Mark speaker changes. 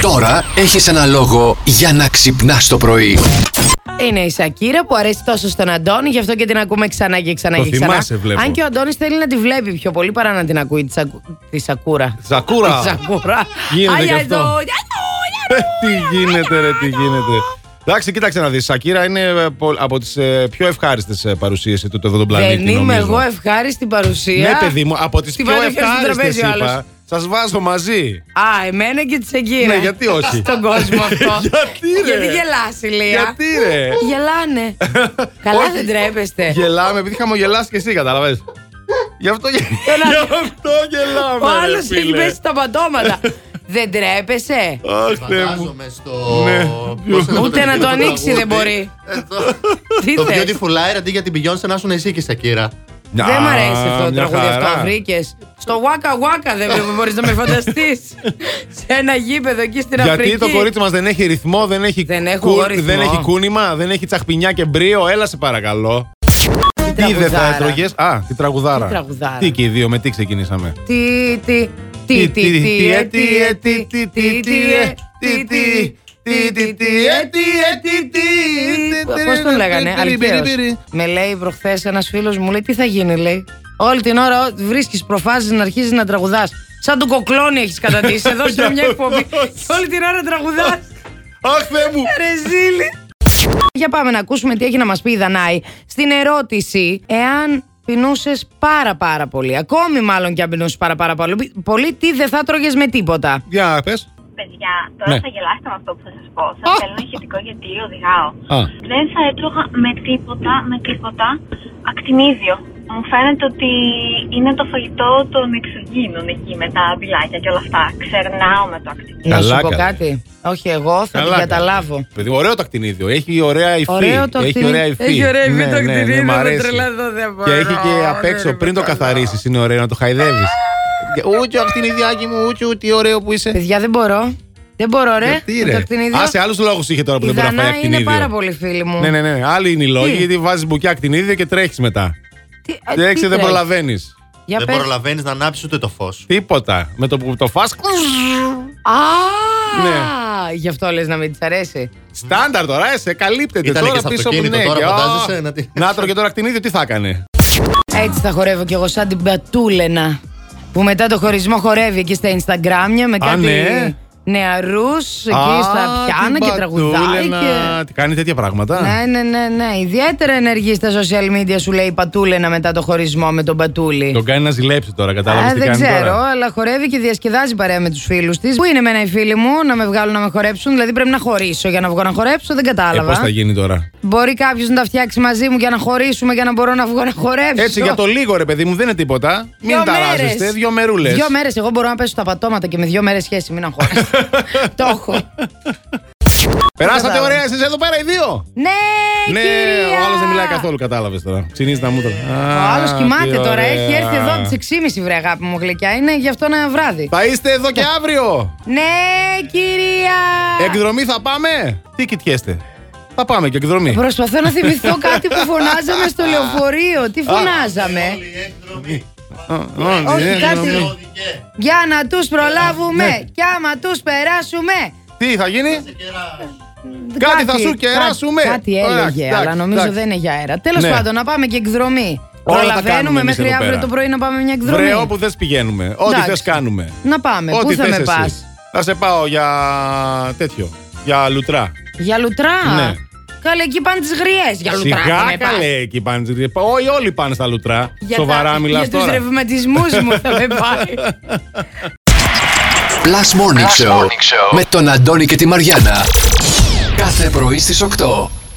Speaker 1: Τώρα έχεις ένα λόγο για να ξυπνάς το πρωί.
Speaker 2: Είναι η Σακύρα που αρέσει τόσο στον Αντώνη, γι' αυτό και την ακούμε ξανά και ξανά
Speaker 3: Το
Speaker 2: και ξανά.
Speaker 3: θυμάσαι, βλέπω.
Speaker 2: Αν και ο Αντώνης θέλει να τη βλέπει πιο πολύ παρά να την ακούει τη, σακου... τη σακούρα.
Speaker 3: Σακούρα.
Speaker 2: Τη σακούρα.
Speaker 3: Γίνεται
Speaker 2: Αι,
Speaker 3: και αυτό.
Speaker 2: Αντώνη,
Speaker 3: Ε,
Speaker 2: Αντώνη,
Speaker 3: τι γίνεται, ρε, τι γίνεται. Εντάξει, κοίταξε να δεις. Σακύρα είναι ε, πο- από τις πιο ε, ευχάριστε παρουσίε του εδώ τον
Speaker 2: Αντώνη.
Speaker 3: πλανήτη.
Speaker 2: Δεν είμαι
Speaker 3: νομίζω.
Speaker 2: εγώ ε, ευχάριστη παρουσία.
Speaker 3: Ναι, παιδί μου, από τις
Speaker 2: Στη
Speaker 3: πιο
Speaker 2: βάλε πια στο
Speaker 3: ευχάριστες
Speaker 2: τραπέζι ο άλλος.
Speaker 3: είπα. Σας βάζω μαζί.
Speaker 2: Α, εμένα και τη Σακύρα.
Speaker 3: Ναι, γιατί όχι.
Speaker 2: Στον κόσμο αυτό.
Speaker 3: Γιατί, ρε.
Speaker 2: Γιατί γελάς, η Λία.
Speaker 3: Γιατί, ρε.
Speaker 2: Γελάνε. Καλά,
Speaker 3: Όχι.
Speaker 2: δεν τρέπεστε.
Speaker 3: Γελάμε επειδή χαμογελάς και εσύ, καταλαβες. Γι' αυτό, γε-
Speaker 2: Τον
Speaker 3: γι' αυτό γελάμε.
Speaker 2: Ε, Ο
Speaker 3: ρε,
Speaker 2: άλλος έχει
Speaker 3: φίλε.
Speaker 2: πέσει στα πατώματα. Δεν τρέπεσαι.
Speaker 3: Αχ, Θεέ Ναι, μου.
Speaker 4: Φαντάζομαι στο.
Speaker 3: Ναι.
Speaker 4: πώς λέγεται
Speaker 2: Ούτε να το ανοίξει
Speaker 4: τραγούδι.
Speaker 2: δεν μπορεί.
Speaker 4: Ε, το-
Speaker 2: Τι
Speaker 4: Το
Speaker 2: θες?
Speaker 4: Beautiful Liar αντί για την Beyoncé να ήσουν εσύ και η Σακύρα.
Speaker 2: Δεν μ' αρέσει αυτό
Speaker 3: Α,
Speaker 2: το
Speaker 3: μια
Speaker 2: τραγούδι αυτό.
Speaker 3: χαρά.
Speaker 2: Βρήκες. Στο Waka Waka δεν μπορείς να με φανταστείς. Σε ένα γήπεδο εκεί στην Αφρική.
Speaker 3: Γιατί το κορίτσι μας δεν έχει ρυθμό, δεν έχει,
Speaker 2: Δεν έχω
Speaker 3: κου-
Speaker 2: εγώ ρυθμό.
Speaker 3: δεν έχει κούνημα, δεν έχει τσαχπινιά και μπρίο. Έλα σε παρακαλώ. Τι δεν θα
Speaker 2: τραγουδάρα.
Speaker 3: έτρωγες. Α, τη τραγουδάρα.
Speaker 2: Τι τραγουδάρα.
Speaker 3: Τι και οι δύο, με τι ξεκινήσαμε.
Speaker 2: Τι, τι, τι, τι, τι, ε, τι, ε, τι, τι, τι, τι, ε, τι, τι, τι, τι, τι, ε, τι, ε, τι, τι, τι. Πώς τον λέγανε, Αλκαίος. Με λέει προχθές ένας φίλος μου, λέει τι θα γίνει λέει. Όλη την ώρα ό, βρίσκεις προφάσεις να αρχίζεις να τραγουδάς. Σαν τον κοκλόνι έχεις καταντήσει εδώ σε μια εκπομπή και όλη την ώρα τραγουδάς.
Speaker 3: Αχ, Θεέ μου!
Speaker 2: Ρε ζήλη. Για πάμε να ακούσουμε τι έχει να μας πει η Δανάη στην ερώτηση εάν πεινούσες πάρα πάρα πολύ. Ακόμη μάλλον και αν πεινούσες πάρα πάρα πολύ, πολύ τι δεν θα τρώγες με τίποτα.
Speaker 3: Για πες.
Speaker 5: Παιδιά, τώρα
Speaker 3: Ναι.
Speaker 5: θα γελάσετε με αυτό που θα σας πω. Σα θέλω ηχητικό γιατί οδηγάω.
Speaker 3: Α.
Speaker 5: Δεν θα έτρωγα με τίποτα, με τίποτα ακτινίδιο. Μου φαίνεται ότι είναι το φαγητό των εξωγήινων εκεί με τα μπιλάκια και όλα αυτά. Ξερνάω με το ακτινίδιο.
Speaker 2: Να σου
Speaker 3: Καλά,
Speaker 2: πω
Speaker 3: καλά.
Speaker 2: κάτι. Όχι εγώ, θα την
Speaker 3: Καλά,
Speaker 2: καταλάβω.
Speaker 3: Παιδί, ωραίο το ακτινίδιο. Έχει ωραία υφή.
Speaker 2: Ωραίο το
Speaker 3: έχει
Speaker 2: ακτινίδιο.
Speaker 3: ωραία υφή.
Speaker 2: Έχει ωραία υφή
Speaker 3: Ναι,
Speaker 2: το
Speaker 3: ναι, ναι,
Speaker 2: ακτινίδιο,
Speaker 3: μ'
Speaker 2: δεν
Speaker 3: αρέσει.
Speaker 2: τρελαθώ, δεν
Speaker 3: Και
Speaker 2: μπορώ, Ναι,
Speaker 3: έχει και απ'
Speaker 2: δεν
Speaker 3: έξω.
Speaker 2: είμαι
Speaker 3: Πριν το
Speaker 2: καλά.
Speaker 3: καθαρίσεις, είναι ωραίο να το χαϊδεύεις. Ούτσο ακτινιδιάκι μου, ούτσο, τι ωραίο που είσαι.
Speaker 2: Παιδιά δεν μπορώ. Δεν μπορώ ρε.
Speaker 3: Γιατί
Speaker 2: με
Speaker 3: ρε.
Speaker 2: το ακτινίδιο.
Speaker 3: Α, σε άλλους λόγους είχε τώρα που
Speaker 2: Η
Speaker 3: δεν μπορεί να φάει
Speaker 2: Δανάη είναι
Speaker 3: ακτινίδιο.
Speaker 2: πάρα πολύ φίλη μου.
Speaker 3: Ναι, ναι, ναι. Άλλοι είναι οι λόγοι
Speaker 2: Τι?
Speaker 3: γιατί βάζεις μπουκιά ακτινίδιο και τρέχεις μετά.
Speaker 2: Τι, α, τι
Speaker 3: Τρέξει, δεν
Speaker 2: τρέχεις.
Speaker 3: προλαβαίνεις.
Speaker 2: Για
Speaker 4: Δεν
Speaker 2: πες.
Speaker 4: προλαβαίνεις να ανάψεις ούτε το φως.
Speaker 3: Τίποτα. Με το που το φας Ναι.
Speaker 2: Α, γι' αυτό λες να μην της αρέσει.
Speaker 3: Στάνταρ τώρα, ε, σε καλύπτεται
Speaker 4: Ήτανε
Speaker 3: τώρα
Speaker 4: και στο
Speaker 3: πίσω από την
Speaker 4: αυτοκίνητο, τώρα φαντάζεσαι να τη-
Speaker 3: Να τρώγε τώρα ακτινίδιο, τι θα έκανε.
Speaker 2: Έτσι θα χορεύω κι εγώ σαν την Μπατούλενα που μετά το χωρισμό χορεύει εκεί στα Instagram με
Speaker 3: Α,
Speaker 2: κάτι
Speaker 3: ναι.
Speaker 2: νεαρούς εκεί
Speaker 3: Α,
Speaker 2: στα πιάνα
Speaker 3: την
Speaker 2: και τραγουδάει
Speaker 3: Πατούλενα.
Speaker 2: και...
Speaker 3: Τι κάνει τέτοια πράγματα.
Speaker 2: Ναι, ναι, ναι, ναι. Ιδιαίτερα ενεργή στα social media σου λέει η Πατούλενα μετά το χωρισμό με τον Πατούλη.
Speaker 3: Τον κάνει να ζηλέψει τώρα,
Speaker 2: Α,
Speaker 3: κατάλαβε τι
Speaker 2: Ε, δεν
Speaker 3: κάνει
Speaker 2: ξέρω,
Speaker 3: τώρα. Ε,
Speaker 2: αλλά χορεύει και διασκεδάζει παρέα με τους φίλους της. Πού είναι εμένα οι φίλοι μου να με βγάλουν να με χορέψουν, δηλαδή πρέπει να χωρίσω για να βγω να χορέψω, δεν
Speaker 3: Ε,
Speaker 2: κατάλαβα.
Speaker 3: Πώς θα γίνει τώρα.
Speaker 2: Μπορεί κάποιος να τα φτιάξει μαζί μου για να χωρίσουμε για να μπορώ να βγω να χορέψω.
Speaker 3: Έτσι για το λίγο ρε παιδί μου, δεν είναι τίποτα. Μην
Speaker 2: Δυο
Speaker 3: ταράζεστε,
Speaker 2: μέρες.
Speaker 3: δύο μερούλες.
Speaker 2: Δύο μέρες. Εγώ μπορώ να πέσω στα πατώματα και με δύο μέρες σχέση. Μην αγχώνεσαι. το έχω.
Speaker 3: Περάσατε
Speaker 2: Κατάλαβα.
Speaker 3: ωραία, εσείς εδώ πέρα οι δύο.
Speaker 2: Ναι,
Speaker 3: Ναι,
Speaker 2: κυρία!
Speaker 3: ο άλλος δεν μιλάει καθόλου, κατάλαβες τώρα. Ξυνίζει τα μούτρα.
Speaker 2: Ο άλλος κοιμάται τώρα. Έχει έρθει εδώ από τις 6.30 βρε αγάπη μου γλυκιά. Είναι γι' αυτό ένα βράδυ.
Speaker 3: Θα είστε εδώ
Speaker 2: Ε.
Speaker 3: και αύριο.
Speaker 2: Ναι, κυρία!
Speaker 3: Εκδρομή θα πάμε. Τι κοιτιέστε. Θα πάμε και εκδρομή.
Speaker 2: Προσπαθώ να θυμηθώ κάτι που φωνάζαμε στο λεωφορείο. Τι φωνάζαμε. όχι,
Speaker 3: Ε,
Speaker 2: κάτι.
Speaker 3: εκδρομή.
Speaker 2: Για να τους
Speaker 3: Ναι.
Speaker 2: προλάβουμε και άμα τους περάσουμε.
Speaker 3: Τι θα γίνει. Κάτι θα σου κεράσουμε.
Speaker 2: Κάτι
Speaker 3: Ωραία,
Speaker 2: έλεγε,
Speaker 3: εντάξει,
Speaker 2: αλλά νομίζω
Speaker 3: εντάξει.
Speaker 2: δεν είναι για αέρα. Τέλος
Speaker 3: Ναι.
Speaker 2: πάντων, να πάμε και εκδρομή.
Speaker 3: Όλα τα κάνουμε
Speaker 2: Προλαβαίνουμε
Speaker 3: εμείς
Speaker 2: μέχρι
Speaker 3: εδώ
Speaker 2: αύριο
Speaker 3: πέρα.
Speaker 2: το πρωί να πάμε μια εκδρομή.
Speaker 3: Βρε όπου δεν πηγαίνουμε. Ό,τι
Speaker 2: Εντάξει.
Speaker 3: θες κάνουμε.
Speaker 2: Να πάμε.
Speaker 3: Ό,τι
Speaker 2: Πού θα
Speaker 3: θες
Speaker 2: με
Speaker 3: εσύ.
Speaker 2: πας.
Speaker 3: Θα σε πάω για τέτοιο. Για λουτρά.
Speaker 2: Για λουτρά.
Speaker 3: Ναι.
Speaker 2: Καλέ, εκεί πάνε τις γριές. Για λουτρά. θα με
Speaker 3: Σιγά
Speaker 2: πας.
Speaker 3: καλέ εκεί πάνε. Όχι, όλοι πάνε στα λουτρά.
Speaker 2: Για
Speaker 3: Σοβαρά
Speaker 2: τα-
Speaker 3: μιλάς
Speaker 2: Για τους
Speaker 3: τώρα.
Speaker 2: ρευματισμούς μου θα με πάει.
Speaker 1: Plus Morning, Show, με τον Αντώνη και τη Μαριάνα. Κάθε πρωί στις 8.